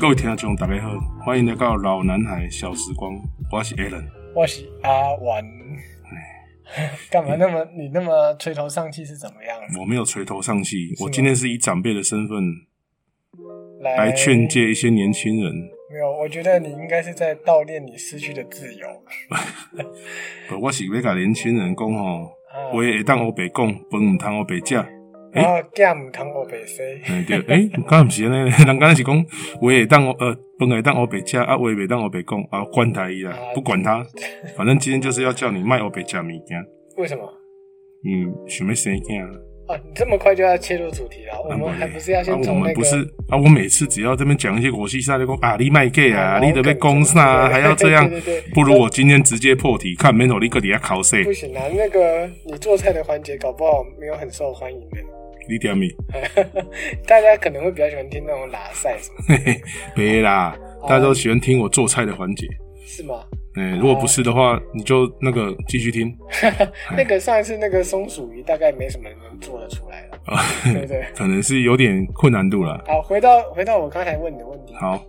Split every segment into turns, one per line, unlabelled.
各位听众，大家好，欢迎来到老男孩小时光，我是 Alan。
我是阿玩。 干嘛那么你那么垂头丧气是怎么样？
我没有垂头丧气，
吗
我今天是以长辈的身份
来
嗯来劝诫一些年轻人。
没有，我觉得你应该是在悼念你失去的自由。
呃我是要甲年轻人讲吼，
啊
话会当学白讲，饭毋通学白食。
然后 gam 糖果北 C，
嗯，对，诶、敢毋是安尼 咧？人敢若是讲话会当学呃，饭会当学白食，啊，话袂当学白讲，啊，管他伊啦
啊，
不管他，反正今天就是要叫你卖学白食物件，
为什么？
嗯，想要生囝。
哦，你这么快就要切入主题了，我们
啊
还不是要先
啊、我
从那
们
个
不是啊，我每次只要这边讲一些国际赛的，讲啊，你卖 gay 啊，
啊
你得被攻上啊，
对
还要这样
对对对，
不如我今天直接破题，看 mental 立刻底下考试，
不行啊？那个你做菜的环节搞不好没有很受欢迎的，
你点咪？
大家可能会比较喜欢听那种拉塞什么，
嘿嘿，别啦，
哦
大家都喜欢听我做菜的环节。
是吗？
嗯，如果不是的话，你就那个继续听
那个上一次那个松鼠鱼大概没什么人能做得出来了，
啊，
对不对？
可能是有点困难度了。
好，回到回到我刚才问你的问题，
好，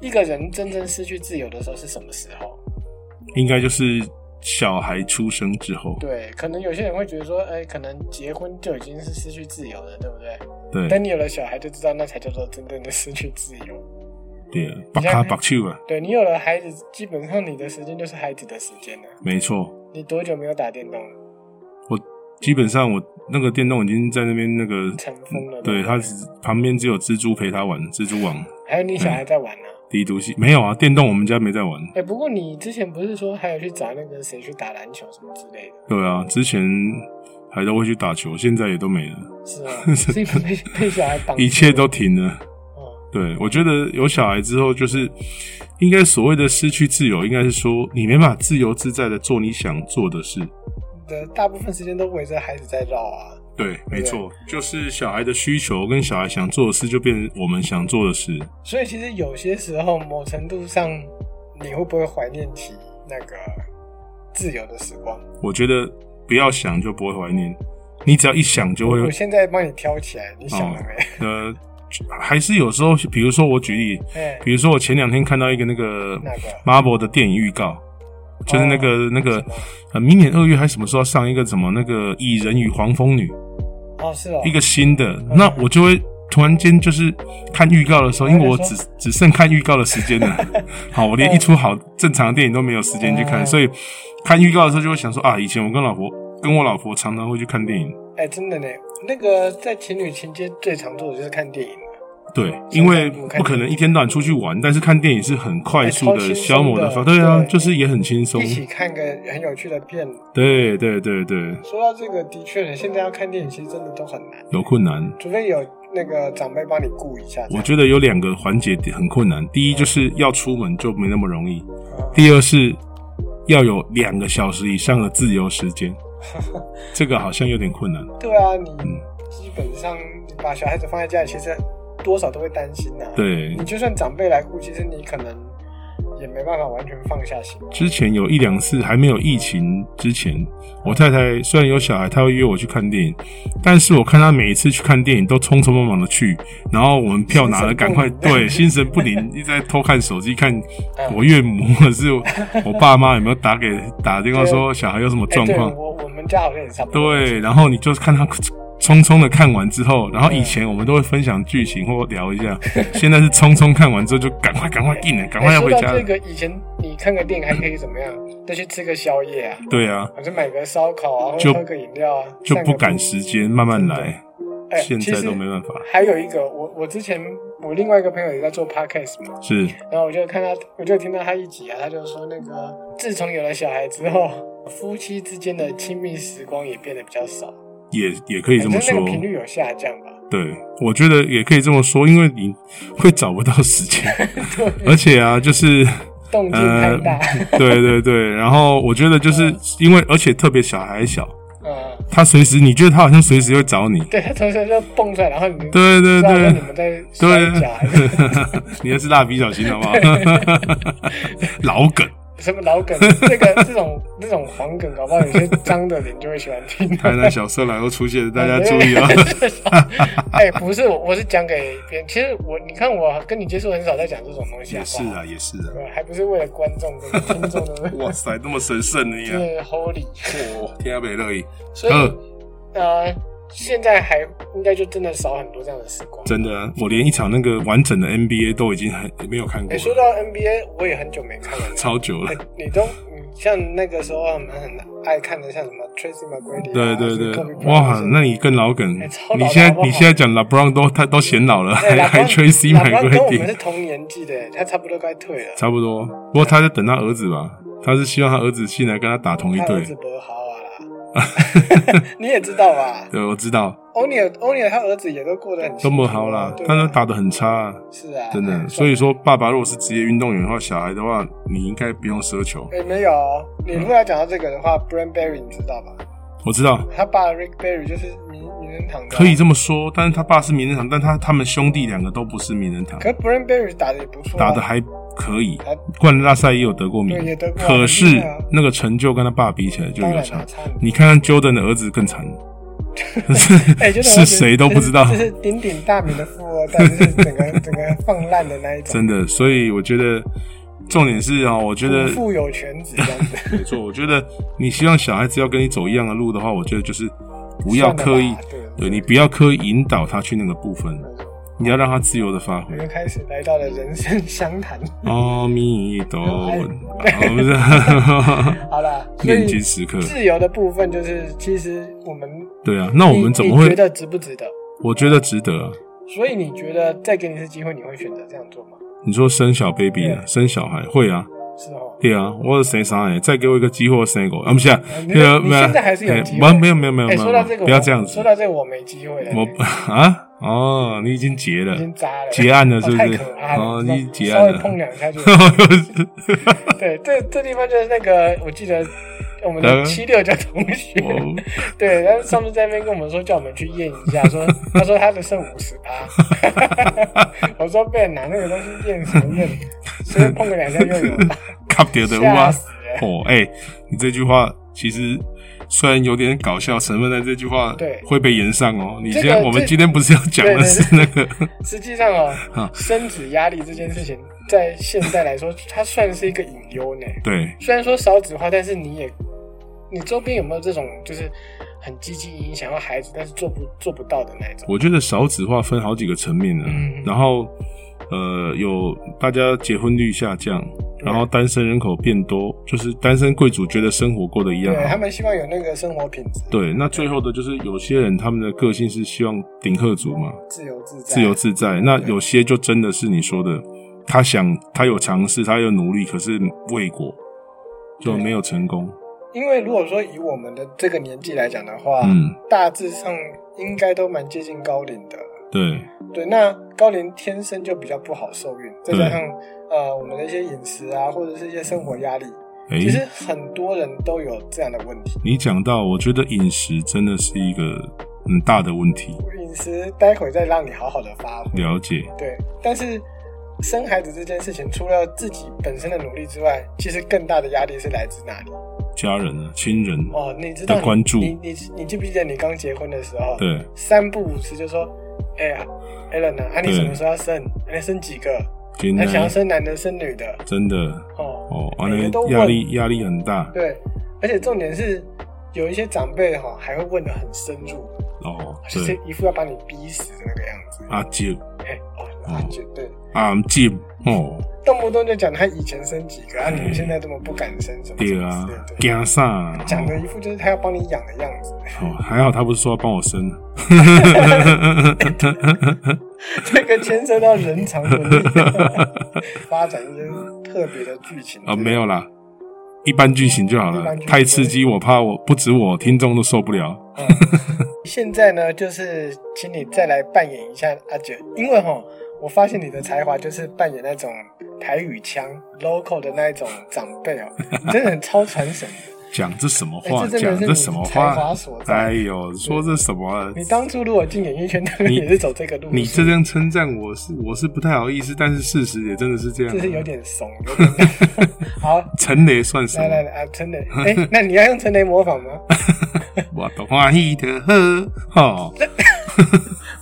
一个人真正失去自由的时候是什么时候？
应该就是小孩出生之后，
对，可能有些人会觉得说，哎、可能结婚就已经是失去自由了，对不对？
对
等你有了小孩，就知道那才叫做真正的失去自由。
对，白卡白手啊，
对你有了孩子，基本上你的时间就是孩子的时间了。
没错。
你多久没有打电动了？
基本上我那个电动已经在那边那个
尘封了
对，
对
它只旁边只有蜘蛛陪它玩，蜘蛛网、
还有你
嗯
小孩在玩呢、
低毒系 没有啊，电动我们家没在玩。
哎、不过你之前不是说还有去找那个谁去打篮球什么之类的，
对啊，之前还都会去打球，现在也都没了，
是吗？是因为被被小孩绑住？
一切都停了。
哦，
对，我觉得有小孩之后，就是应该所谓的失去自由，应该是说你没办法自由自在的做你想做的事。
你的大部分时间都围着孩子在绕啊。
对，没错，就是小孩的需求跟小孩想做的事，就变成我们想做的事。
所以其实有些时候，某程度上，你会不会怀念起那个自由的时光？
我觉得不要想就不会怀念，你只要一想就会
我现在帮你挑起来，你想了没？
呃，还是有时候，比如说我举例，
哎、
比如说我前两天看到一个那个
哪个哦
Marvel 的电影预告，就是那个、那个
什么
呃，明年二月还什么时候要上一个什么那个《蚁人与黄蜂女》
哦，是哦，
一个新的，那我就会。突然间就是看预告的时候，因为我只只剩看预告的时间了。 好，我连一出好正常的电影都没有时间去看，
嗯
所以看预告的时候就会想说啊，以前我跟老婆跟我老婆常常会去看电影，
哎、真的呢。那个在情侣情节最常做的就是看电影了，
对，因为
我看
不可能一天到晚出去玩，但是看电影是很快速
哎超轻
的
松
消磨的
的
方，对啊，
对
就是也很轻松
一，起看个很有趣的片。
对对对对，
说到这个，的确，现在要看电影其实真的都很难，
有困难。
除非有那个长辈帮你顾一下这
我
样。
觉得有两个环节很困难，第一就是要出门就没那么容易，
嗯
第二是要有两个小时以上的自由时 间，这个好像有点困难。
对啊，你
嗯
基本上你把小孩子放在家里，其实多少都会担心呐、，
对
你，就算长辈来顾，其实你可能也没办法完全放下心。
之前有一两次还没有疫情之前，我太太虽然有小孩，她会约我去看电影，但是我看她每一次去看电影都匆匆忙忙的去，然后我们票拿了赶快
心神不宁
对，心
嗯
神不宁， 一直在偷看手机， 看我岳母或者是我爸妈有没有打给打电话说小孩有什么
哎
状况
对，我我们家好像也差不多。
对，然后你就看他匆匆的看完之后，然后以前我们都会分享剧情或聊一下， 现在是匆匆看完之后就赶快赶快进来，赶快
哎，
要
说
回
到
家
这
了。
个，以前你看个电影还可以怎么样？再去吃个宵夜啊，
对啊，
或者买个烧烤啊，或
就
者喝个饮料啊，
就
散个
不赶
步。
时间，慢慢来。
哎，
现
其
在
实
都没办法，
还有一个，我我之前我另外一个朋友也在做 podcast 嘛，
是
然后我就看他，我就听到他一集啊，他就说那个自从有了小孩之后，夫妻之间的亲密时光也变得比较少，
也也可以这么
反正
说
哎那个。频率有下降吧。
对，我觉得也可以这么说，因为你会找不到时 间，而且啊，就是
动静太
呃
大，，
对对对。然后我觉得就是因为，而且特别小孩小，
嗯，
他随时你觉得他好像随时会找你。
对，他从身上蹦出来，然后你就
对对
知道
对
说你们在
啊
摔跤，
对，你那是蜡笔小新好不好？老梗，
什么老梗，这个这种这种黄梗，搞不好有些脏的人就会喜欢听。
台南小色狼又出现了， 大家注意啊！
哎、不是，我我是讲给别人。其实我，你看我跟你接触很少在讲这种东 西，
也是
好不好
啊，也是啊，
对吧还不是为了观众跟听众 的，
哇塞，那么神圣的你
是
啊！
holy。
哦，天啊，美乐意，
所以
嗯，
呃，现在还应该就真的少很多这样的时光。
真的啊，我连一场那个完整的 NBA 都已经很没有看过
哎，说
了，
到 NBA，我也很久没 看了。
超久了
哎。你都你像那个时候我们很爱看的，像什么 Tracy McGrady，
对
啊
对对
Kobe，Bryant
哇
这，些
那你更老梗
哎超。老
你
的
现
好不
在
好
你现在讲 LeBron 都他都显老了，
哎
还还
老
吹 C
老
买
高
规
跟我们
定
是，同年纪的，他差不多该退了。
差不多。不过他在等他儿子吧，他是希望他儿子进来跟他打同一
他儿
队
子。不好啊 啦，你也知道吧？
对，我知道，
欧尼尔，欧尼尔他儿子也都过得很
都
辛苦
不
啊
好啦
对，啊
但他打的很差啊，
是啊，
真的。
哎
所以，说，爸爸如果是职业运动员的话，小孩的话，你应该不用奢求。
哎，没有哦，你如果要讲到这个的话，Brian Berry 你知道吧？
我知道，
他爸 Rick Berry 就是名名人堂的啊，
可以这么说，但是他爸是名人堂，但他他们兄弟两个都不是名人堂，
可是 Brian Berry 打的也不错啊，
打的还可以
还，
冠军大赛也有得过名
对也得，过啊
可
很厉
是
害啊
那个成就跟他爸比起来就
当
有
然
差
啊。差很多
你看看 Jordan 的儿子更 惨，
哎，就是
是
是
谁都不知道
这，是鼎鼎大名的富二代， 就是整个整个放烂的那一种，
真的。所以我觉得重点是啊，我觉得
不富有全子这样子。
没错，我觉得你希望小孩子要跟你走一样的路的话，我觉得就是 不要刻意
算了吧，对
对你不要刻意引导他去那个部分，你要让他自由的发挥
我。们开始来到了人生相谈。
阿弥陀佛，
哎
我们是
好啦，所
炼
以
金时刻。
自由的部分就是，其实我们
对啊，那我们怎么
你
会
你觉？得值不值得？
我觉得值得啊。
所以你觉得再给你一次机会，你会选择这样做吗？
你说生小 baby 啊，
对
生小孩会啊，
是哦，
对啊，我是生啥哎？再给我一个机会，我生一个。啊，不是啊，那
没
个
有，你现在还是有机
哎
会。
没有没有没有没
哎，
有
说
没有
到这，个，
不要
我
这样子
说。到这个，我没机会了。
我 啊哦，你已经结了
已，经扎了，
结案了是不是
哦太可爱了，
哦
你知道
你结案了
稍微碰两下就。 对，这这地方就是那个，我记得我们的七六叫同学，
呃我
对，他上次在那边跟我们说叫我们去验一下， 说他说他的剩五十趴， 我说被拿那个东西验什么验，所以碰个两下就 有了，
卡掉的哇
吓！死人。
哦，哎、你这句话其实虽然有点搞笑成分，但这句话
对
会被延上哦。你
这
现
个
在我们
这
今天不是要讲
对
的
对
是那个，
实际上
啊
哦，生子压力这件事情，在现在来说，它算是一个隐忧呢。
对
虽然说少子化，但是你也，你周边有没有这种就是很积极营想要孩子，但是做不做不到的那一种？
我觉得少子化分好几个层面呢、
嗯
然后呃，有大家结婚率下降，然后单身人口变多，就是单身贵族觉得生活过得一样
对他
好。
们希望有那个生活品质，
对，那最后的就是有些人他们的个性是希望顶客族嘛，
自由自在，
自由自在。那有些就真的是你说的，他想他有尝试，他有努力，可是未果，就没有成功。
因为如果说以我们的这个年纪来讲的话，
嗯，
大致上应该都蛮接近高龄的。
对，
对，那高龄天生就比较不好受孕，再
对
加上呃我们的一些饮食啊，或者是一些生活压力，
诶，
其实很多人都有这样的问题。
你讲到，我觉得饮食真的是一个很大的问题。
饮食待会再让你好好的发挥。
了解，
对，但是生孩子这件事情，除了自己本身的努力之外，其实更大的压力是来自哪里？
家人啊，亲人，
哦，你知道
的
你
关注
你你你记不记得你刚结婚的时候，，
对，
三不五时就说，哎呀，Allen 啊，啊你
对
什么时候要生？哎，生几个？
今
还想要
天
生男的，生女的？
真的
哦，
哦，啊，
每个
那
都问
压力压力很大
对，而且重点是。有一些长辈哈、还会问的很深入，
哦，
就是
对，
一副要把你逼死的那个样子。
阿姐
哎、哦，
哦
绝对，
阿姐哦，
动不动就讲他以前生几个啊，你们现在这么不敢生什么什
嗯对
么
啊
之类，的，
惊啥啊？
讲的一副就是他要帮你养的样子。
哦，还好他不是说要帮我生啊，
这个牵涉到人常伦理， 发展一些特别的剧情
啊，没有啦，一般剧情就好
一
了
般剧，情
太刺激，我怕我不止我听众都受不了。
嗯现在呢，就是请你再来扮演一下阿九，因为哈，我发现你的才华就是扮演那 种台语腔 local 的那一种长辈哦，你真的很超传神的。
讲这什么
哎
话？
这真
讲
的是
这什么话
你才华所？在
哎呦，说这什么啊？
你当初如果进演艺圈，当然
你
也是走这个路
你
数
这样称赞我是我是不太好意思，但是事实也真的是这样啊。
就是有点怂。有点 好，
陈雷算什
来来
么？
来啊，陈雷，哎，那你要用陈雷模仿吗？
我都欢喜的呵，哈，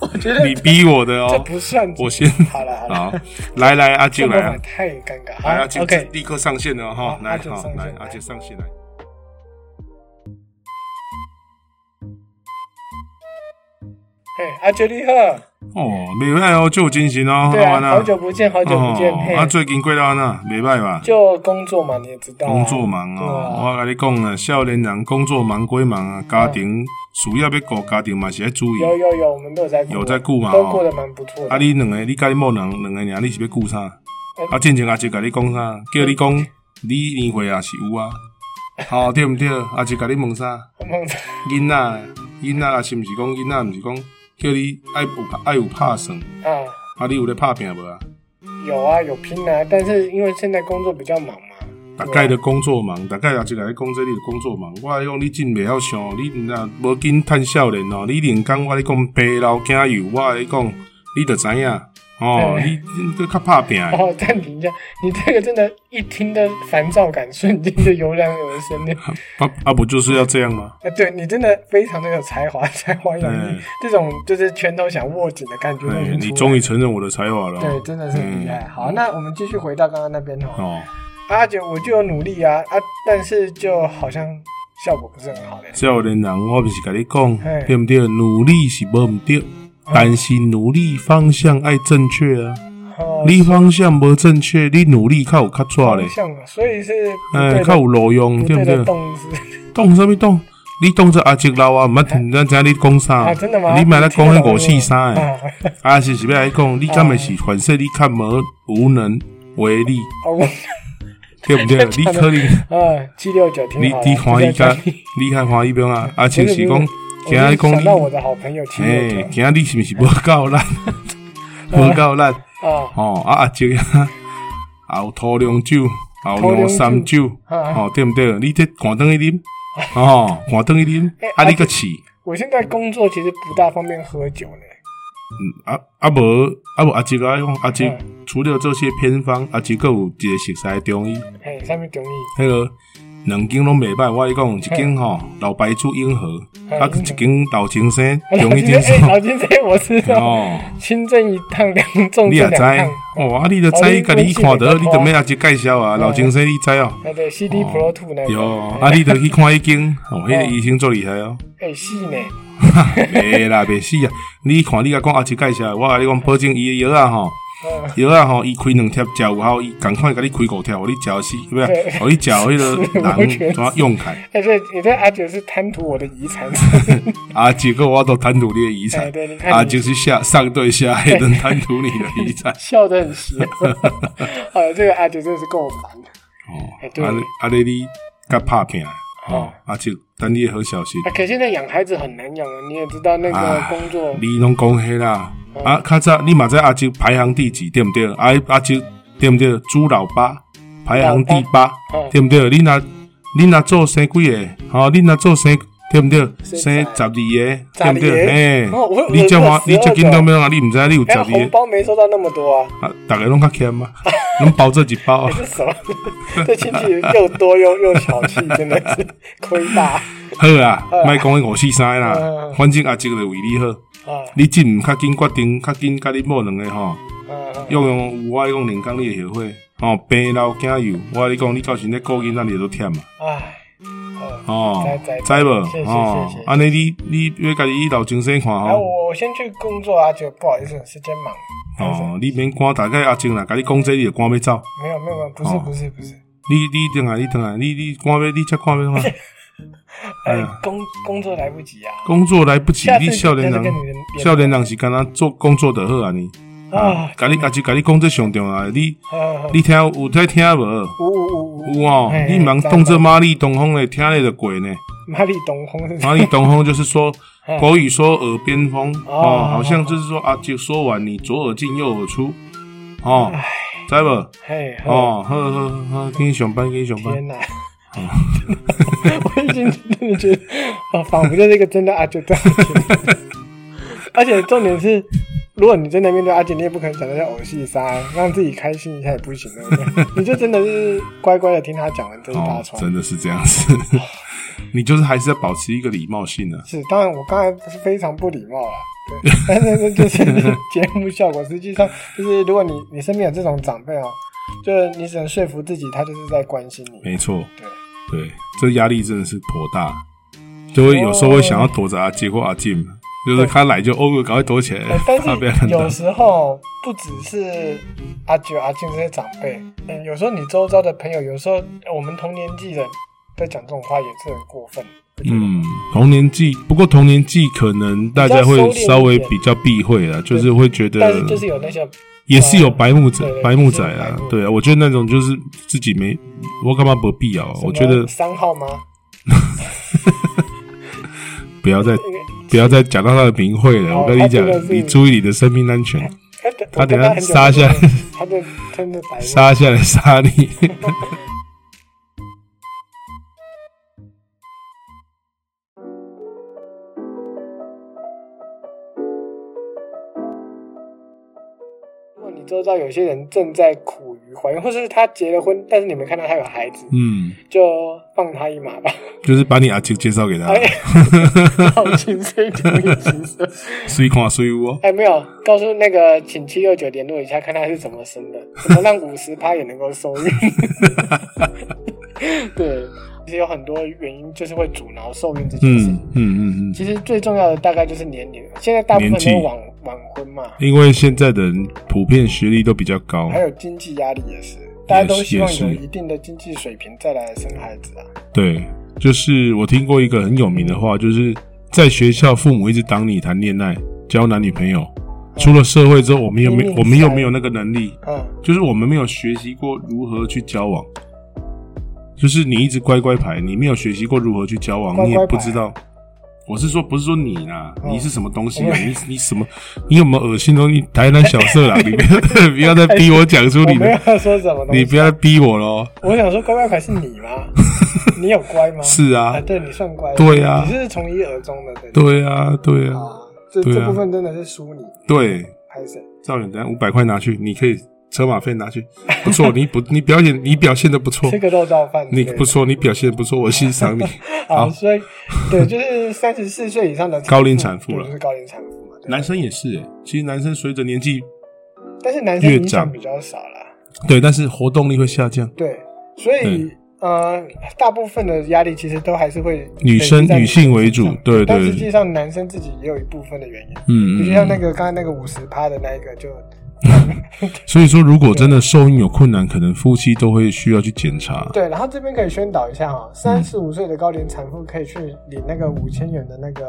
我觉得
你逼我的
这
哦。
不算。
我先
好了好了，
好，来来阿
这
静
模
来啊
仿，太尴尬。
来阿
好
静
，OK，
立刻上线了哈
好，
来
阿静
好
上
来
线
阿静上线来。
嘿，阿杰利赫，
哦，没歹哦，就有精神哦，
啊对啊，
玩
好久不见，好久不见，嘿
哦，啊，最近过到哪？没歹吧？
就工作嘛，你也知道啊，
工作忙
对
哦，
啊
我甲你讲啊，少年人工作忙归忙啊，家庭事业要顾，家庭嘛是要注意。
有有有，我们都有在顾啊
有在顾嘛
都
哦
过得蛮不错的。
啊，你两个，你甲你某人两个尔，你是要顾啥？啊，进前阿叔甲你讲啥？叫你讲，你年岁也是有啊，吼、对毋对？阿叔甲你问啥？
梦到
囡仔，囡仔啊，是毋是讲囡仔？毋是讲叫你爱有爱有拍算？
啊，
啊，你有咧拍拼无啊？
有啊，有拼啊，但是因为现在工作比较忙嘛，
大概的工作忙，大概也是来讲这里的工作忙。我来讲你真袂晓想，你若无紧趁少年哦，你连讲我咧讲白老加油，我来讲你就知影哦，
对
你你都较拍拼的。
哦，暂停一下，你这个真的，一听的烦躁感瞬间就油然而生 的。
啊啊，不就是要这样吗？
啊，对你真的非常的有才华， 才华洋溢
对，
这种就是拳头想握紧的感觉都已
对，
经
哎你
出
终
来
于承认我的才华了哦。
对，真的是很厉害。好，那我们继续回到刚刚那边哦。
哦，
阿九，我就有努力啊啊，但是就好像效果不是很好嘞。
少年人，我不是跟你
嘿
讲，对不对？努力是无唔对，但是努力方向爱正确啊。
哦，
你方向无正确，你努力较有较抓嘞
方，向啊，所以是不
哎，
对
较
的
有路用，
不
对不
对
对
的？动词。
动什么动？你动这阿叔老啊，毋捌听咱知你讲啥
啊，？真的吗？
你莫来讲迄
我
五四三诶，
啊，哎
啊是是要来讲，你敢会是反说你较无无能为力，
哦，我
对毋 对？你可能
啊，七六九挺
你
好啊。
你欢喜
就在
甲
这里
你较欢喜边啊？啊
不
就是是
不
讲
是，
今仔
我就想到
讲
我
你，
的好朋友七
嘿
六，九
今仔你是毋是无 够力，无够力？
啊，
哦，啊阿叔啊，也有土龙酒，也有两三酒，
啊
哦对毋对？你这赶灯去啉，哦赶灯去啉
哎，
啊
啊
你个饲。
我现在工作其实不大方便喝酒呢。
啊啊无啊无阿叔啊讲阿叔
嗯
除了这些偏方，阿叔佫有一个熟悉的中医，
嘿，哎上面中医
迄个两间拢袂歹。我甲你讲，一间吼老白术永和，
嗯
啊一间老青 山中医诊
老金哎，
所。
老金这我知道，
哦，
轻症一趟，两重
你也
症
知
两趟。
哦，啊你都
哦你
知，甲你
你
一看到，
记得
你就免阿叔介绍啊。老青山你知哦，
哎，对，CD Pro Two 那
有
个，
啊你就去看迄间，哦，迄个医生最厉害哦。
哎，细呢，
袂啦，袂死啊！你看你甲讲阿叔介绍，我甲你讲保证伊的药啊吼。
嗯，
药啊吼，伊开两贴食有效，伊共款甲你开五贴，互你食死，不是？互你食 迄个人怎用开？
哎，对，你这阿九是贪图我的遗产，
啊，结果我都贪图你的遗
哎，
产，
对，你看你。
啊，就是下上对下还能贪图你的遗产
笑得很邪。呃，这个阿九真的是够烦的。哎对
哦，啊啊，你你较拍拼的，哦，啊，就等你的好消息。
啊，可现在养孩子很难养啊，你也知道那个
啊
工作，哦
你拢讲迄啦，啊，较早你嘛知阿叔排行第几对毋对？啊阿叔对毋对？朱老八排行第八
嗯
对毋对？你若你若做生几个？吼，你若做生对毋对？
生
生
十
十二个对
二
毋
个
对？嘿
哦我有，
你这
我
话
做
你这紧
12
张要啊？你毋知你有十
哎，
二
红
个，
包没收到那么多啊，
啊，逐个拢较欠 嘛，拢包做一包啊，
这什么？ 这亲戚又多又又小气，真的是 亏大
好啦，
啊
莫讲迄五四三啦
嗯，
反正阿叔就为你好，
啊！
你真毋较紧决定，较紧甲你某两个吼。
啊
用用有我跟你讲连讲你会后悔，吼、病老惊幼，我跟你讲你到时咧顾囡仔你就忝啊，
唉，呃
吼、
知知
知无？
谢谢
吼
谢谢，
安尼你你要家己老精神看
啊，
吼，
我我先去工作啊，就不好意思，时间忙。
哦，你免赶，大概阿静啦，甲你讲这你就赶要走，
没有没有没有，不是
哦
不是不是，
你你等下你等下，你你赶要你才看 要看，哎
哎
呀，
工工作来不及啊。
工作来不及
下，
你
次
少年
再跟
人
你联联
少年人是干哪做工作就好啊你，
啊
甲你阿静甲你讲这上重要的，你
啊，
你听有有在听无？
五五五五，
有哦
嘿，嘿
你茫动这玛丽东风嘞，听嘞就过 呢。
马里东红是
然后你东风就是 说
嗯
国语说耳边风
哦
哦，好像就是说啊，就说完你左耳进右耳出哦，知不？哦
嘿，嘿，
哦，呵呵呵，给你上班，给你上班
天哪， 我已经真的觉得，哦，仿佛就是一个真的阿九在。 而且重点是，如果你真的面对阿九，你也不可能讲那些偶戏杀，让自己开心一下也不行，对不对？你就真的是乖乖的听他讲完这一大
哦，
串。
真的是这样子。 你就是还是要保持一个礼貌性啊。
是，当然我刚才不是非常不礼貌啦，对，但是这就是 节目效果。实际上就是，如果你你身边有这种长辈哦，就是你只能说服自己，他就是在关心你。
没错，
对，
对，这压力真的是颇大，就会有时候会想要躲着
哦
阿杰或阿静，就是他来就哦，赶快躲起来
呃，但
怕被
是
看到
有。时候不只是阿九、阿静这些长辈，嗯，有时候你周遭的朋友，有时候呃我们同年纪的在讲这种话也是很过分。不觉得吗，
嗯，童年记，不过童年记可能大家会稍微比较避讳了，就是会觉
但
得
是就是有那些
也是有白目仔
对、
白目仔
也是有
啦
白目。
对啊，我觉得那种就是自己没，我干嘛不必要？啊我觉得
三号吗？
不要再
那个
不要再讲到他的名讳了。
哦
我跟你讲
他这个，是
你注意你的生命安全，
哎对我
他等
跟他
下
很久
杀下
没见了，他就真的白目
杀下来杀你。
如果你周遭有些人正在苦于怀孕，或是他结了婚，但是你没看到他有孩子，
嗯，
就放他 一马吧。
就是把你阿杰介绍给他
哎，好轻声，好轻声。
水看水有哦。
哎，没有，告诉那个，请七六九联络一下，看他是怎么生的，怎么让五十趴也能够受孕。 对，其实有很多原因就是会阻挠受孕这件事。
嗯嗯嗯嗯，
其实最重要的大概就是年龄了，现在大部分
年纪
都晚晚婚嘛，
因为现在的人普遍学历都比较高
还，有经济压力也是，大家都希望
也是
有一定的经济水平再来生孩子啊。
对，就是我听过一个很有名的话，就是在学校父母一直挡你谈恋爱、交男女朋友，
哎
出了社会之后，我们又没
明明
我们又没有那个能力，
嗯。
就是我们没有学习过如何去交往，就是你一直乖乖牌，你没有学习过如何去交往，
乖乖
你
牌
也不知道。我是说，不是说你啦，
嗯
你是什么东西啊？你你什么？你有没有恶心东西？台南小色啊啦，你不要 不要再逼我讲出
我
你
没
的，
有哦说什么东
你
西，
不要再逼我喽。
我想说乖乖牌是你吗？ 你有乖吗？
是啊
啊，，对你算乖的，
对啊
你是从一而终的，对不
对啊，对啊，
啊，这
对啊
这部分真的是输你，
对。
拍谁？
赵远丹五百块拿去，你可以车马费拿去，不错，你不你表演你表现的不错
吃，个肉燥饭之
你
类的，
不错，你表现的不错，我欣赏你。
好，所以对，就是三十四岁以上 的
高龄产妇了
对就是高龄产妇嘛。对
男生也是、欸，其实男生随着年纪，
但是男生
越
影响
长
比较少啦，
对，但是活动力会下降。
对，所
嗯
以呃，大部分的压力其实都还是会
女生
累积在
女性为主
身上
对对
但实际上男生自己也有一部分的原因，
嗯
就
嗯
像那
嗯。
个刚才那个五十趴的那一个就。
所以说，如果真的受孕有困难，可能夫妻都会需要去检查。
对，然后这边可以宣导一下
嗯
哦，三十五岁的高龄产妇可以去领那个五千元的那个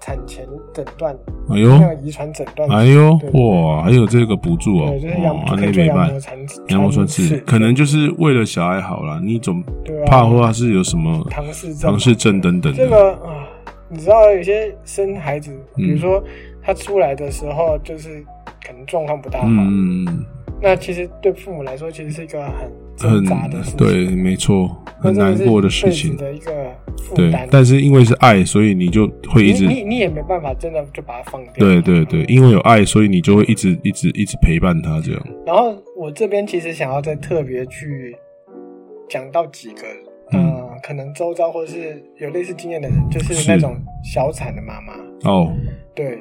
产前诊断，
哎
那个
呦，
遗传诊断。
哎呦
对，
哇，还有这个补助哦
对，就是羊、，
哦，
可以
那
做
没
羊
办
膜。穿刺，
羊膜穿刺，可能就是为了小孩好了，你总怕或者是有什么
唐氏症嘛
唐氏症啊等等
啊这
的。
个啊，你知道有些生孩子，比如
嗯
说他出来的时候就是可能状况不大好，
嗯嗯嗯。
那其实对父母来说其实是一个很挣
很
扎的事情，
对，没错，很难过的事情
那真。的是一辈子的一个负
对
担，。
但是因为是爱，所以你就会一
你
直
你你也没办法真的就把它放掉。
对对对，因为有爱，所以你就会一直一直一直陪伴他这样。
然后我这边其实想要再特别去讲到几个，
嗯
呃，可能周遭或是有类似经验的人，就是
是
那种小产的妈妈，
哦，
对。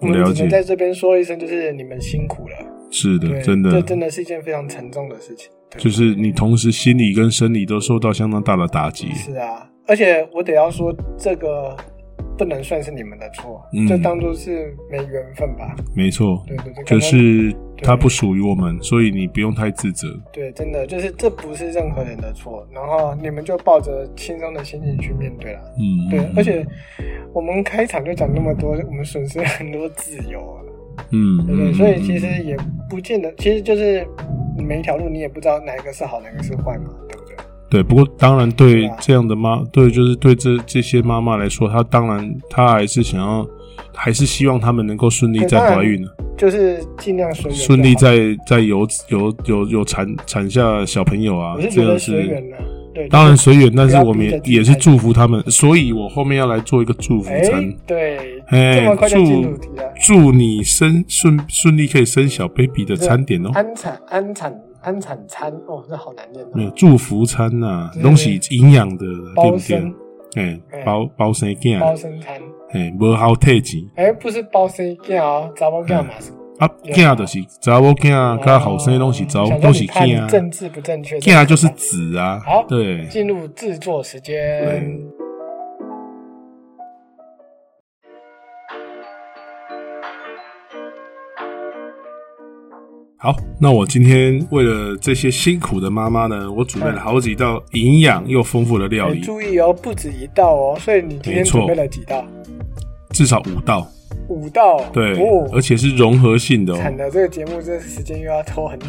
我
我
们
了
只
解，
能在这边说一声，就是你们辛苦了，
是
对，
的，真
这
的，
真的是一件非常沉重的事情。对
就是你同时心理跟生理都受到相当大的打击。
是啊，而且我得要说，这个不能算是你们的错，
嗯
就当做是没缘分吧。
没错
对对
就
对，刚刚
是它
对
不属于我们，所以你不用太自责。
对，真的就是这不是任何人的错，然后你们就抱着轻松的心情去面对了。
嗯，
对
嗯，
而且我们开场就讲那么多，我们损失了很多自由啊，
嗯，
对不对？
嗯
所以其实也不见得，其实就是每一条路你也不知道哪一个是好，哪个是坏嘛，对不对？
对，不过当然
对
对
啊
这样的妈，对就是对这这些妈妈来说，她当然她还是想要，还是希望她们能够顺利
对
再
当然
怀孕，啊
就是尽量随缘就好，
顺利再再有有有有产产下小朋友啊
我
这
是，觉得
样
随
是
缘呢、对，
当然随缘，但是我们
不要
也
逼着
也是祝福他们，所以我后面要来做一个祝福
哎、
餐。
对，
哎
这么快就进
祝哦
主题了，
祝你生顺顺利可以生小 baby 的餐点哦，
安产安产安产餐，哦，这好难念
没有
哦，
祝福餐呐、
对
东西营养的，对
包
不对
生？
哎、
哎
包包生囝，
包生餐，
哎、无好体质
哎、不是包生囝哦，查某囝嘛是，
啊，囝就是查某囝，啊
哦
甲后生拢是查某
想
都
让
是
你看
囝啊
政，治不正确，
囝就是子啊
好，
对，
进入制作时间
对。好，那我今天为了这些辛苦的妈妈呢，我
嗯
准备了好几道营养又丰富的料
哎
理，
注意哦，不止一道哦，所以你今
没
天
错
准备了几道？
至少五道，
五道。
对，而
哦，
且是融合性的
惨
哦。
的，这个节目这时间又要 拖很久。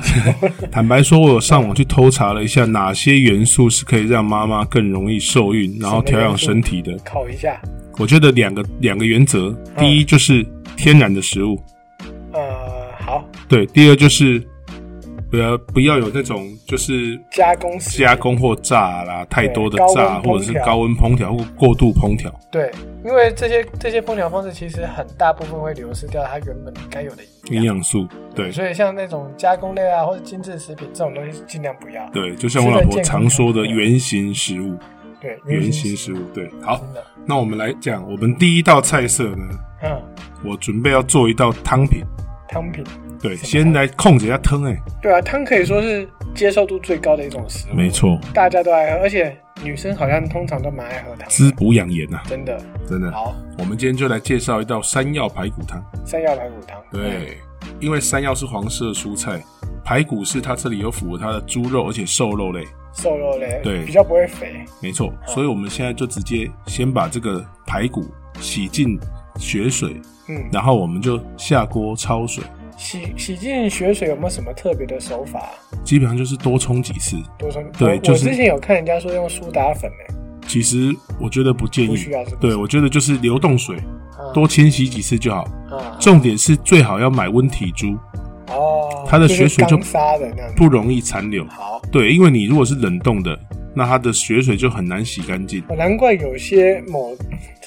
坦白说，我有上网去偷查了一下，哪些元素是可以让妈妈更容易受孕，然后调养身体的。
考一下，
我觉得两个两个原则，
嗯
第一就是天然的食物，
呃，好，
对；第二就是不要不要有那种就是
加工食品
加工或炸啦，太多的炸，
高温烹调
或者是高温烹调或过度烹调。
对，因为这些这些烹调方式其实很大部分会流失掉它原本该有的
营
营养，
养素，对
所以像那种加工类啊或者精致食品这种东西尽量不要。
对，就像我老婆常说的，
吃得健康
原型食物，
对，
原型
形
食物，对。好，
真的，
那我们来讲，我们第一道菜色呢，
嗯，
我准备要做一道汤品，
汤品，
对，
什么
先来控制一下汤，哎，
对啊，汤可以说是接受度最高的一种食物，
没错，
大家都爱喝，而且女生好像通常都蛮爱喝汤的，
滋补养颜呐，
真的。
真的。
好，
我们今天就来介绍一道山药排骨汤，
山药排骨汤，嗯
对，因为山药是黄色蔬菜，排骨是它这里有符合它的猪肉，而且瘦肉类，
瘦肉类，
对
比较不会肥，
没错，所以我们现在就直接先把这个排骨洗净血水，
嗯，
然后我们就下锅焯水，
洗洗净血水有没有什么特别的手法？
基本上就是多冲几次。
多说，
对
我
就是
我之前有看人家说用苏打粉呢、
其实我觉得不建
不
议
需要是不，是
对我觉得就是流动水
嗯
多清洗几次就好。
啊，
重点是最好要买温体猪，
哦，
它的血水就
就是刚杀的那样子。
不容易残留。
好，
对，因为你如果是冷冻的，那它的血水就很难洗干净。
我难怪有些某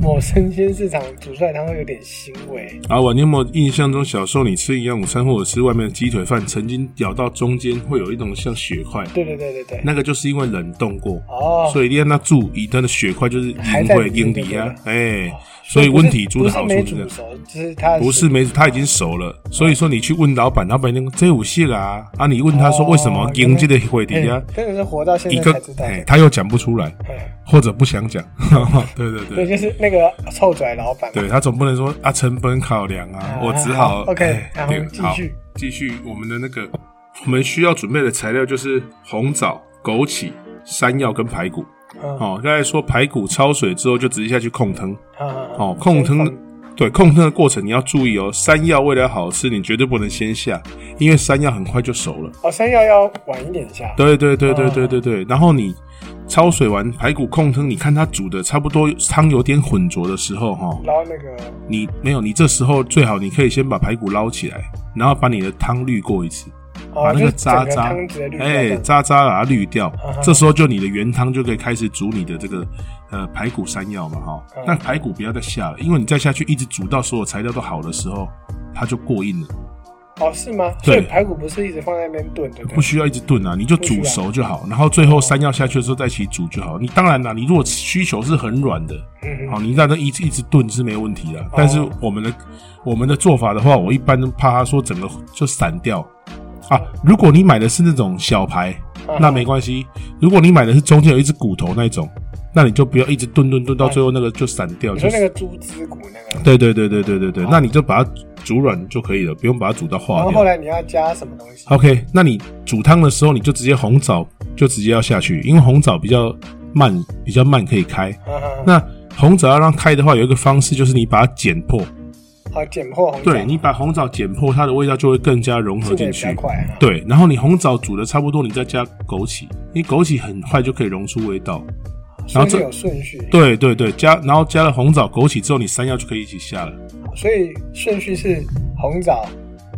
某生鲜市场煮出来汤会有点腥味，
啊，我你有没有印象中小时候你吃营养午餐或者吃外面的鸡腿饭，曾经咬到中间会有一种像血块，
对对对对对，
那个就是因为冷冻过，
哦，
所以一定要让它住，以它的血块就是
还
赢
在
会
里
赢
面
底啊
对不，哦
哎，所以温体猪
不
的
是
好
没
处是这
煮
样，
熟，就是它
不是没它已经熟了，所以说你去问老板，老板那个这有蟹啊，啊，你问他说
哦
为什么赢这个会底啊
哎，真的是活到现
一
在
个
才知道
哎，他又讲不出来，
哎
或者不想讲， 对对
对，
对。
就是那个臭拽老板嘛。
对他总不能说啊成本考量啊
啊，
我只好
好，OK，
哎
然后
对，
继
好
续
继续我们的那个我们需要准备的材料就是红枣、枸杞、山药跟排骨。
嗯，
哦，刚才说排骨焯水之后就直接下去控汤。
好
哦，控汤
先
对控汤的过程你要注意哦，山药为了好吃，你绝对不能先下，因为山药很快就熟了。
放哦，山药要晚一点下。
对对对对
哦
对对对，然后你焯水完排骨控汤，你看它煮的差不多汤有点浑浊的时候哈、哦，
然后那个
你没有，你这时候最好你可以先把排骨捞起来，然后把你的汤滤过一次，把
哦，
那
就是
渣
整个
渣
汤直接滤，掉这
哎，
样子。
渣渣把它滤掉
嗯。哼
这时候就你的原汤就可以开始煮你的这个呃排骨山药嘛，哈
嗯。
那排骨不要再下了，因为你再下去一直煮到所有材料都好的时候，它就过硬了，
哦，是吗？
对
所以排骨不是一直放在那边炖的，对不对
不需要一直炖啊，你就煮熟就好。然后最后山药下去的时候再一起煮就好。你当然啦，你如果需求是很软的，
嗯哦
好，你让它一直一直炖是没问题的。但是我们的我们的做法的话，我一般都怕它说整个就散掉啊。如果你买的是那种小排，
嗯
那没关系；如果你买的是中间有一只骨头那种，那你就不要一直炖炖炖到最后那个就散掉。
你
就
说那
是
个猪脂骨那个，
对对对对对对对，那你就把它煮软就可以了，不用把它煮到
然
化
后后
掉。
来你要加什么东西？
OK，那你煮汤的时候，你就直接红枣就直接要下去，因为红枣比较慢，比较慢可以开。
那
那红枣要让开的话，有一个方式就是你把它剪破，
好，剪破红枣
对你把红枣剪破，它的味道就会更加融合
进
进
的比较
去。
快啊。
对，然后你红枣煮的差不多，你再加枸杞，因为枸杞很快就可以溶出味道。然
所
后
以
这
是有顺序，
对对对，加然后加了红枣、枸杞之后，你山药就可以一起下了。
所以顺序是红枣、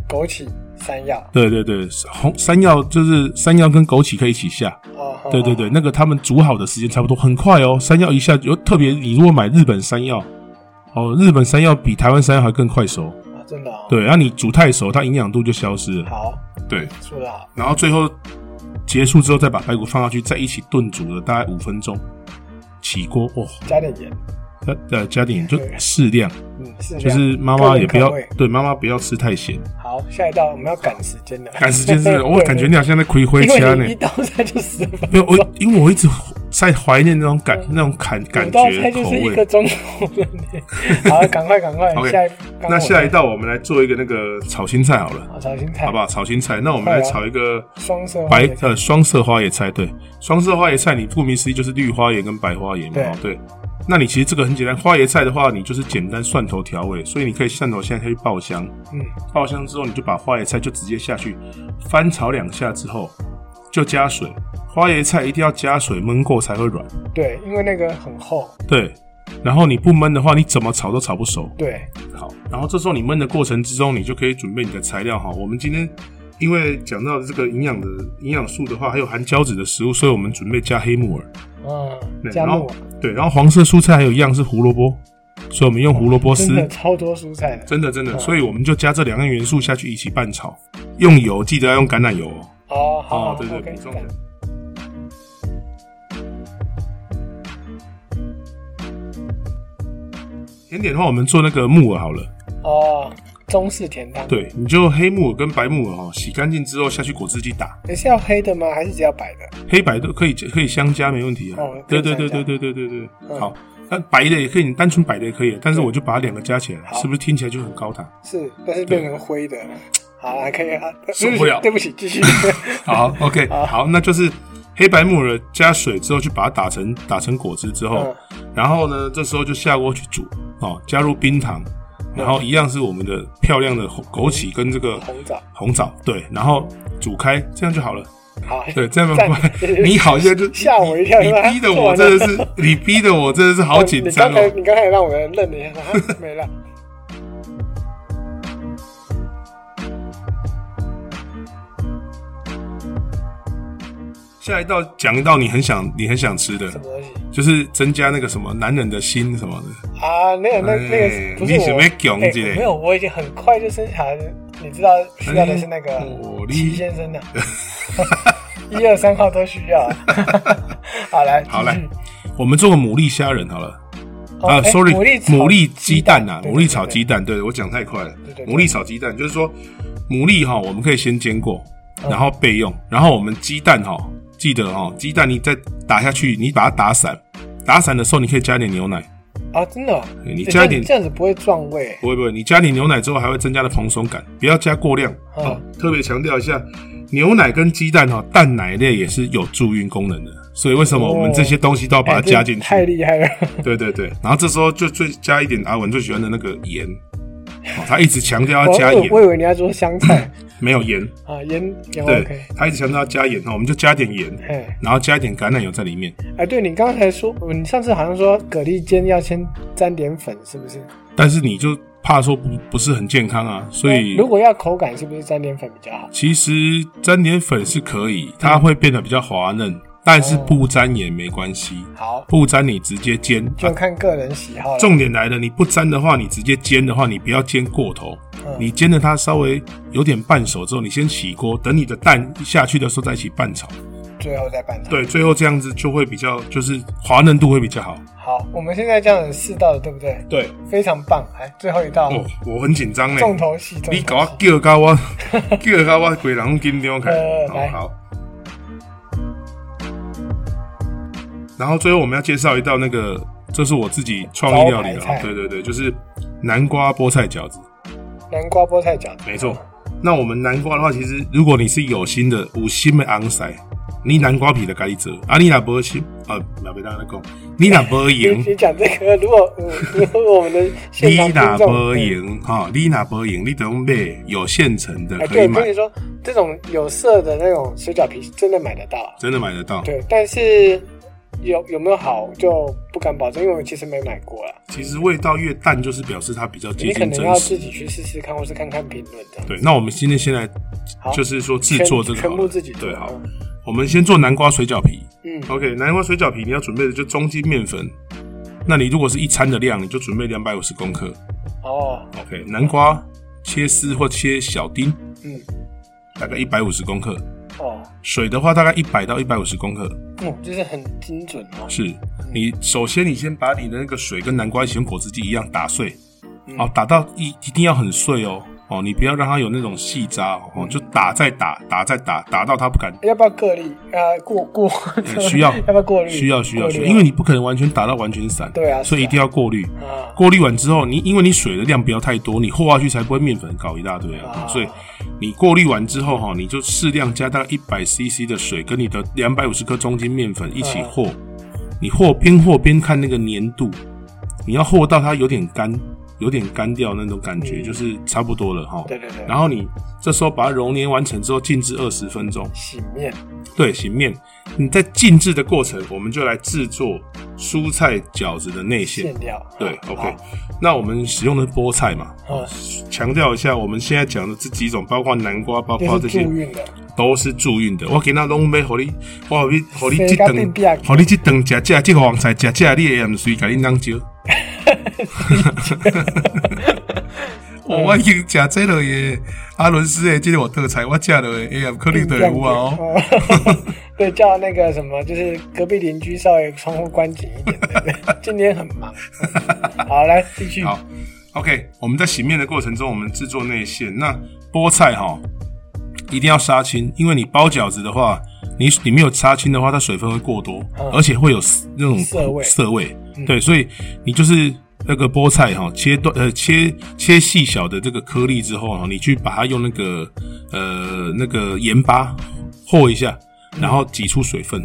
枸杞、山药。
对对对，红山药就是山药跟枸杞可以一起下，
哦，哦
对对对，那个他们煮好的时间差不多，很快哦。山药一下就特别，你如果买日本山药，哦，日本山药比台湾山药还更快熟。
啊真的哦。
对，然后你煮太熟，它营养度就消失了。
好，
对，
说的好，
然后最后结束之后再把排骨放下去，再一起炖煮了大概五分钟，起锅哦，
加点盐，
呃呃，加点盐就适量，
嗯，是这
就
样
是妈妈也不要
个人口味
对妈妈不要吃太咸，
好，下一道我们要赶时间了，
赶哎时间是不是，我
对
感觉你好像在葵回
因
家
为
呢
你一。道菜就十分
没有，
钟，
我因为我一直在怀念那种感那种感感
五道菜
觉
就
口
是一
味
个。钟头了呢。好，赶快赶快，
OK，
下一
那下一
一
道我们来做一个那个炒青菜好了，
好啊炒青菜，
好不好？炒青菜，那我们来炒一个
双色花
白
椰菜
呃双色花椰菜，对，双色花椰菜，你顾名思义就是绿花椰跟白花椰嘛，
对
哦对。那你其实这个很简单，花椰菜的话，你就是简单蒜头调味，所以你可以蒜头现在可以爆香，
嗯，
爆香之后你就把花椰菜就直接下去翻炒两下之后，就加水。花椰菜一定要加水焖过才会软，
对，因为那个很厚，
对。然后你不焖的话，你怎么炒都炒不熟。
对，
好，然后这时候你焖的过程之中，你就可以准备你的材料哈。我们今天因为讲到这个营养的营养素的话，还有含胶质的食物，所以我们准备加黑木耳，
嗯，
对
加
然
木
后
耳，
对，然后黄色蔬菜还有一样是胡萝卜，所以我们用胡萝卜丝
真，的超多蔬菜的
真的真的，所以我们就加这两样元素下去一起拌炒。用油记得要用橄榄油哦。
哦，好，
哦，对对，
OK，
补充
感
一下。甜点的话，我们做那个木耳好了。
哦，中式甜汤，，
对，你就黑木耳跟白木耳哦，洗干净之后下去果汁机打，
也是要黑的吗？还是只要白的？
黑白都可以可以相加，没问题啊
哦。
对
可以
对
相
对
加
对对对对对，
嗯
好。那白的也可以，你单纯白的也可以，但是
对
我就把两个加起来，
好
是不是听起来就很高档？
是，但是变成灰的。好啦，可以啊，
受不了
对不起，对 不起继续。
好，OK，好， 那就是黑白木耳加水之后，去把它打成打成果汁之
嗯
后，然后呢，这时候就下锅去煮哦，加入冰糖，然后一样是我们的漂亮的枸杞跟这个
红枣
红枣，对，然后煮开，这样就好了。
嗯好，
对，这样
赞
吧， 你好像 就
吓我一跳
你
是吧
逼的我真的是，你逼的我真的是好紧张
你刚才
哦。
你刚才让我愣了一下，啊没了。
下一道讲一道你很想你很想吃的
什，么东西
就是增加那个什么男人的心什么的。
啊？那个那那
哎
个不是
你是
我，
要讲
哎
一个
没有，我已经很快就生小孩了。你知道需要的是那个
哎我
齐先 生的， 一二三号都需要 啊。好来，
好
继
来
续，
我们做个牡蛎虾仁好了。
哦
啊
哎
，sorry，
牡蛎
牡蛎鸡蛋呐，
对
牡蛎炒鸡蛋，对我讲太快了
对对。对
牡蛎炒鸡蛋就是说，牡蛎哈，我们可以先煎过，
嗯
然后备用。然后我们鸡蛋哈，记得哈，鸡蛋你再打下去，你把它打散，打散的时候你可以加点牛奶。
啊，真的哦，
哎你
哎
加一点
这样子不会撞味
不会不会，你加点牛奶之后还会增加的蓬松感，不要加过量。
嗯
哦，特别强调一下，牛奶跟鸡蛋哈、哦，蛋奶类也是有助孕功能的，所以为什么我们这些东西都要把它
哦哎这
加进去？
太厉害了。
对对对，然后这时候就最加一点阿文最喜欢的那个 盐，哦、他一直强调要
我
加盐，
哦我以为你要说香 菜
没有盐，
啊，盐盐
对
OK。，
他一直强调要加盐，那哦我们就加点盐，
哎，
然后加一点橄榄油在里面。
哎，对你刚才说，你上次好像说蛤蜊煎要先沾点粉，是不是？
但是你就怕说不不是很健康啊，所以
哦如果要口感，是不是沾点粉比较好？
其实沾点粉是可以，
嗯
它会变得比较滑嫩，但是
哦
不沾也没关系。
好，
不沾你直接煎，
就
啊
看个人喜好了。
重点来了，你不沾的话，你直接煎的话，你不要煎过头。
嗯
你煎的它稍微有点半熟之后，你先起锅，等你的蛋下去的时候再一起拌炒。
最后再拌它。，
对，最后这样子就会比较，就是滑嫩度会比较好。
好，我们现在这样子试到了，对不对？
对，
非常棒。来，最后一道，
哦，我很紧张呢。
重头戏，重
你
头
搞我叫到我， 叫到我规人紧张开。
呃
好
来
好。然后最后我们要介绍一道那个，这是我自己创意料理
招
了
牌。菜
对对对，就是南瓜菠菜饺子，
南瓜菠菜饺子。
没错。那我们南瓜的话，其实如果你是有心的，有心的昂塞，你南瓜皮的该折，啊，你若无心，啊，老被大家讲，你若无
你
赢，
你讲这个，如果 嗯如果我们的现
你
场听
若
众，
无
对
赢，哈，你若无赢，你得用买有现成的
哎，
可以
对，
买
跟你，说，这种有色的那种水饺皮真的买得到。啊
真的买得到。
对，但是有有没有好就不敢保证，因为我其实没买过啦。
其实味道越淡，就是表示它比较接
你可
近
能要
真
自
实。
己去试试看，或是看看评论的。
对，那我们今天先来
好，
就是说制
全
作这个好
全部
了
自己做
对好。
嗯
我们先做南瓜水饺皮。
嗯
OK，南瓜水饺皮你要准备的就中筋面粉。那你如果是一餐的量，你就准备两百五十公克。
哦，
OK，南瓜切丝或切小丁，
嗯，
大概一百五十公克。
哦，
水的话，大概一百到一百五十公克。
嗯，就是很精准哦。
是你首先你先把你的那个水跟南瓜一起用果汁机一样打碎，
嗯
哦，打到一一定要很碎哦，哦，你不要让它有那种细渣哦，哦就打再打，打再打，打到它不敢，
要不要过滤？啊，过过，
嗯需要
要不要过滤？
需要需要
过滤
需要，
哦
因为你不可能完全打到完全散，
对啊
所以
是啊
一定要过滤。
啊，
过滤完之后，你因为你水的量不要太多，你和下去才不会面粉搞一大堆啊。
啊
所以你过滤完之后哈，你就适量加大概一百 CC 的水，跟你的两百五十克中筋面粉一
嗯
起和。你和边和边看那个粘度，你要和到它有点干，有点干掉那种感觉，
嗯
就是差不多了哈。
对对对
然后你这时候把它揉捏完成之后，静置二十分钟。
洗面
对，醒面。你在静置的过程，我们就来制作蔬菜饺子的内馅
馅。料，
对
啊
，OK。那我们使用的是菠菜嘛，
好啊，
强调一下，我们现在讲的这几种，包括南瓜，包括
就
这
是
些
助，孕的，
都是助孕的。我给那拢买好你，我好你好你这
生到变
顿
变，
好你这顿吃这这个黄菜吃这，你也唔随给你当少。哦我已经食这了耶，阿伦斯的这个我特产，我食了耶，也可能就有啊哦。
哦。 对，叫那个什么，就是隔壁邻居稍微窗户关紧一点的。今天很 忙，好，来继续。
好 OK，我们在洗面的过程中，我们制作内馅。那菠菜哈，一定要杀青，因为你包饺子的话，你你没有杀青的话，它水分会过多，
嗯
而且会有那种
涩味嗯
涩味。对，所以你就是那个菠菜哈，切断呃切切细小的这个颗粒之后啊，你去把它用那个呃那个盐巴和一下，
嗯
然后挤出水分。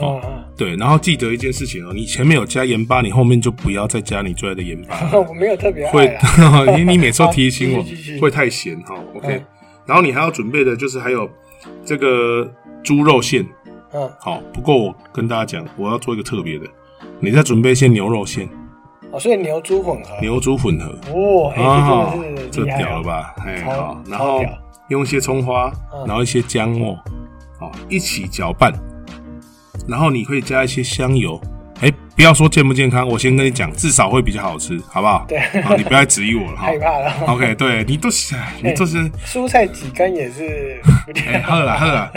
哦，哦
对，然后记得一件事情哦，你前面有加盐巴，你后面就不要再加你最爱的盐巴了。
哦 我没有特别爱啊
会
啦，
你你每次都提醒
好继续继
我
续
会太咸哈。OK，
嗯
然后你还要准备的就是还有这个猪肉馅，
嗯，
好。不过我跟大家讲，我要做一个特别的，你再准备一些牛肉馅，
哦，所以牛猪混合，
牛猪混合
哦，
啊
哎，这真的，是
这
厉害
屌
哦
了？吧？哎，
超
好，然
超
后
屌
用一些葱花，
嗯
然后一些姜末，好，一起搅拌，然后你可以加一些香油。哎，不要说健不健康，我先跟你讲，至少会比较好吃，好不好？
对
好，你不要再质疑 我了哈
害。怕了。
OK，对你都 是，哎你都是，
蔬菜几根 也是有
哎，
点，
喝了喝了，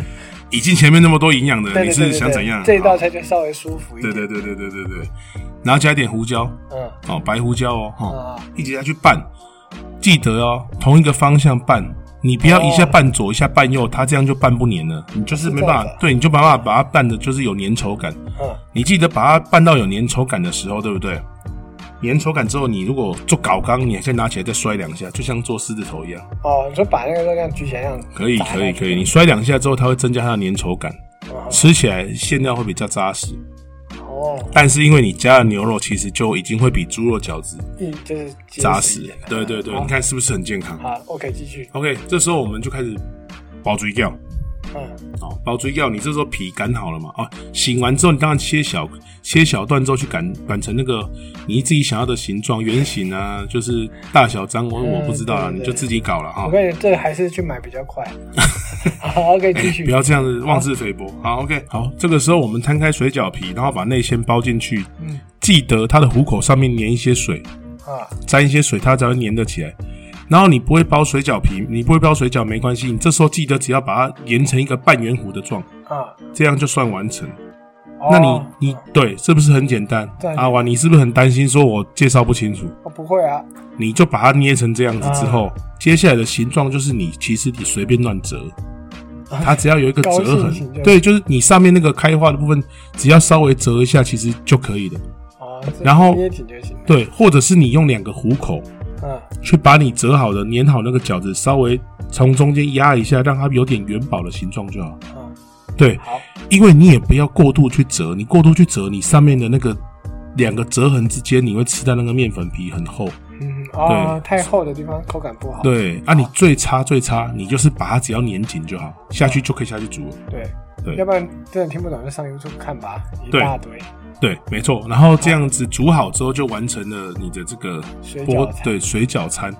已经前面那么多营养的，
对
你
对对
是
对
想
对
怎样？
这一道
好
菜就稍微舒服一
对
点。
对对对对对对，然后加一点胡椒，
嗯
哦，白胡椒哦，哈，
啊，
一直下去拌，记得哦，同一个方向拌，你不要一下拌左一下拌右，它这样就拌不黏了，你就是没办
哦是这样子
法
啊，
对，你就没办法把它拌的，就是有粘稠感。
嗯，
你记得把它拌到有粘稠感的时候，对不对？粘稠感之后，你如果做搞缸，你再拿起来再摔两下，就像做狮子头一样。
哦，你说把那个热量举起来，这样
可以
砸
可以
下去
可以，你摔两下之后，它会增加它的粘稠感，
嗯
吃起来馅料会比较扎实。
哦，
但是因为你加了牛肉，其实就已经会比猪肉饺子
一就是哦结
扎
实
实
一点。
对对对，
好
你看是不是很健康
好，OK，继续。
？OK，这时候我们就开始包追掉。
嗯，
哦，包追掉，你这时候皮擀好了嘛？哦，醒完之后，你当然切小切小段之后去擀擀成那个你自己想要的形状，圆形啊，就是大小张，我我不知道啊，
嗯对对
你就自己搞了哈。
我跟你这个还是去买比较 快。好，OK，继续
哎不。要这样子妄自菲薄。好，OK，好，这个时候我们摊开水饺皮，然后把内馅包进去。
嗯
记得它的虎口上面粘一些水，
啊，
沾一些水，它才会粘得起来。然后你不会包水饺皮，你不会包水饺没关系，你这时候记得只要把它研成一个半圆弧的状，
啊，
这样就算完成。
哦
那你你对是不是很简单
对？
阿婉，你是不是很担心说我介绍不清楚？
我不会啊，
你就把它捏成这样子之后，接下来的形状就是你其实你随便乱折，它只要有一个
啊高
折
兴
痕
型就，
对，就是你上面那个开花的部分，只要稍微折一下，其实就可以了。
哦，这
然后
捏紧就行了。
对，或者是你用两个虎口
嗯，
去把你折好的、粘好那个饺子，稍微从中间压一下，让它有点元宝的形状就好。
嗯，
对，
好，
因为你也不要过度去折，你过度去折，你上面的那个两个折痕之间，你会吃到那个面粉皮很厚。
嗯，哦，太厚的地方口感不好。
对，啊，你最差最差，你就是把它只要粘紧就好，下去就可以下去煮了。
对
对
要不然真的听不懂就上 YouTube 看吧，一
对
大堆。
对，没错。然后这样子煮好之后，就完成了你的这个
水
波
饺餐
对水饺餐。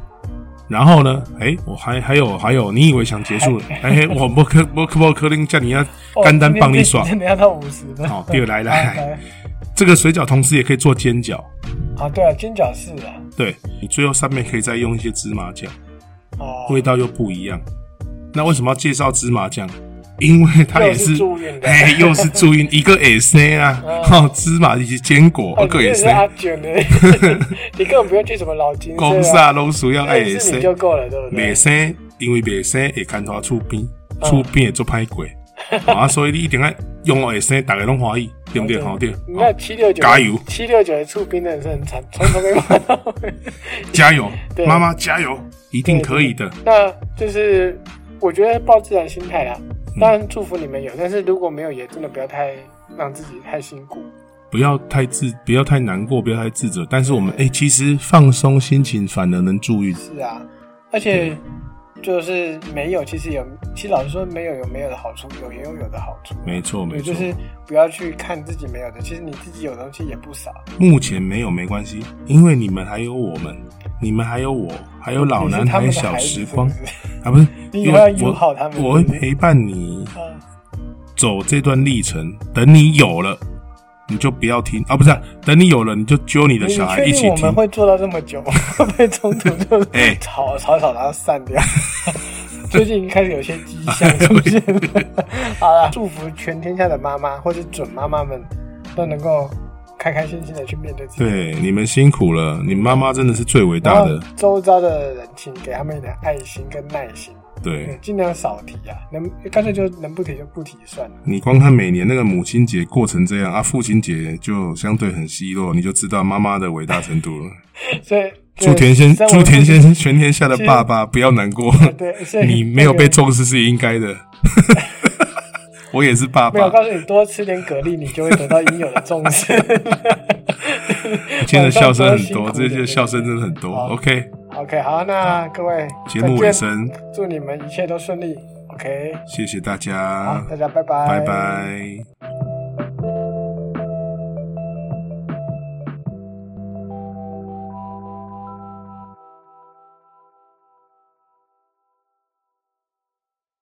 然后呢？哎、我还还有还有，你以为想结 束了？哎、嘿我不可不可不可能叫你要
哦
干单帮你耍。
今天真的要到五十分。
好哎对来来
好来
这个水饺同时也可以做煎饺，
啊，对啊，煎饺是啊，
对你最后上面可以再用一些芝麻酱，
哦，
味道又不一样。那为什么要介绍芝麻酱？因为它也
又
是
是助孕的
哎、又是注音一个 S 啊，哦，芝麻以及坚果
哦
一个
你真的
S，
是阿九呢，你根本不用去什么老金
公司
社啊，
啊老鼠要爱
认识
S，
你就够了，对
袂
不对？
生，因为袂生会牵拖厝边，
哦
厝边会做歹 过，啊，所以你一定要用会生，大家拢欢喜，对不对？好对，哦
你
好
看七六九
加油
七六九的出兵真的是很惨，从头没玩到尾。
加油，
对
妈妈加油，一定可以的。
那就是我觉得抱自然心态啦，
嗯
当然祝福你们有，但是如果没有，也真的不要太让自己太辛苦。
不要太自，不要太难过，不要太自责。但是我们哎、其实放松心情反而能助孕。
是啊，而且就是没有，其实有，其实老实说，没有有没有的好处，有也有有的好处。
没错，没
对，
错
就。是不要去看自己没有的，其实你自己有的东西也不少。
目前没有没关系，因为你们还有我们，你们还有我，还有老男
孩
孩小时光 啊，不是，
你
因
以后要
为
友
我
好他们
我会
是不是
陪伴你
嗯
走这段历程。等你有了，你就不要听啊，不是啊、等你有了，你就揪你的
你
小孩
确
一起
定我
听
们。会做到这么久？ 会不会中途就
哎
吵吵一吵，然后 散掉？最近已经开始有些迹象出现了。好了，祝福全天下的妈妈或者准妈妈们都能够开开心心的去面对自己。
对，你们辛苦了，你妈妈真的是最伟
然
大
后
的。
周遭的人，请给他们一点爱心跟耐心，对
对，
尽量少提啊，能干脆就能不提就不提算了。
你光看每年那个母亲节过成这样啊，父亲节就相对很稀落，你就知道妈妈的伟大程 度了。
所以
祝田先，
身为
祝田
父亲
先生全天下的爸爸不要难 过，
对，所以
你没有
那个
被重视是应该的。 我也是爸
没有，
爸
我，告诉你，多吃点蛤蜊，你就会得到应有的 重视。
今天的笑声很多，
晚上
这
辛苦
些
点
笑声真的很多。
好
OK，
OK，好，那各位
节目尾
再见
声，
祝你们一切都顺利。OK，
谢谢大
好
家，，
大家拜拜，
啊拜拜。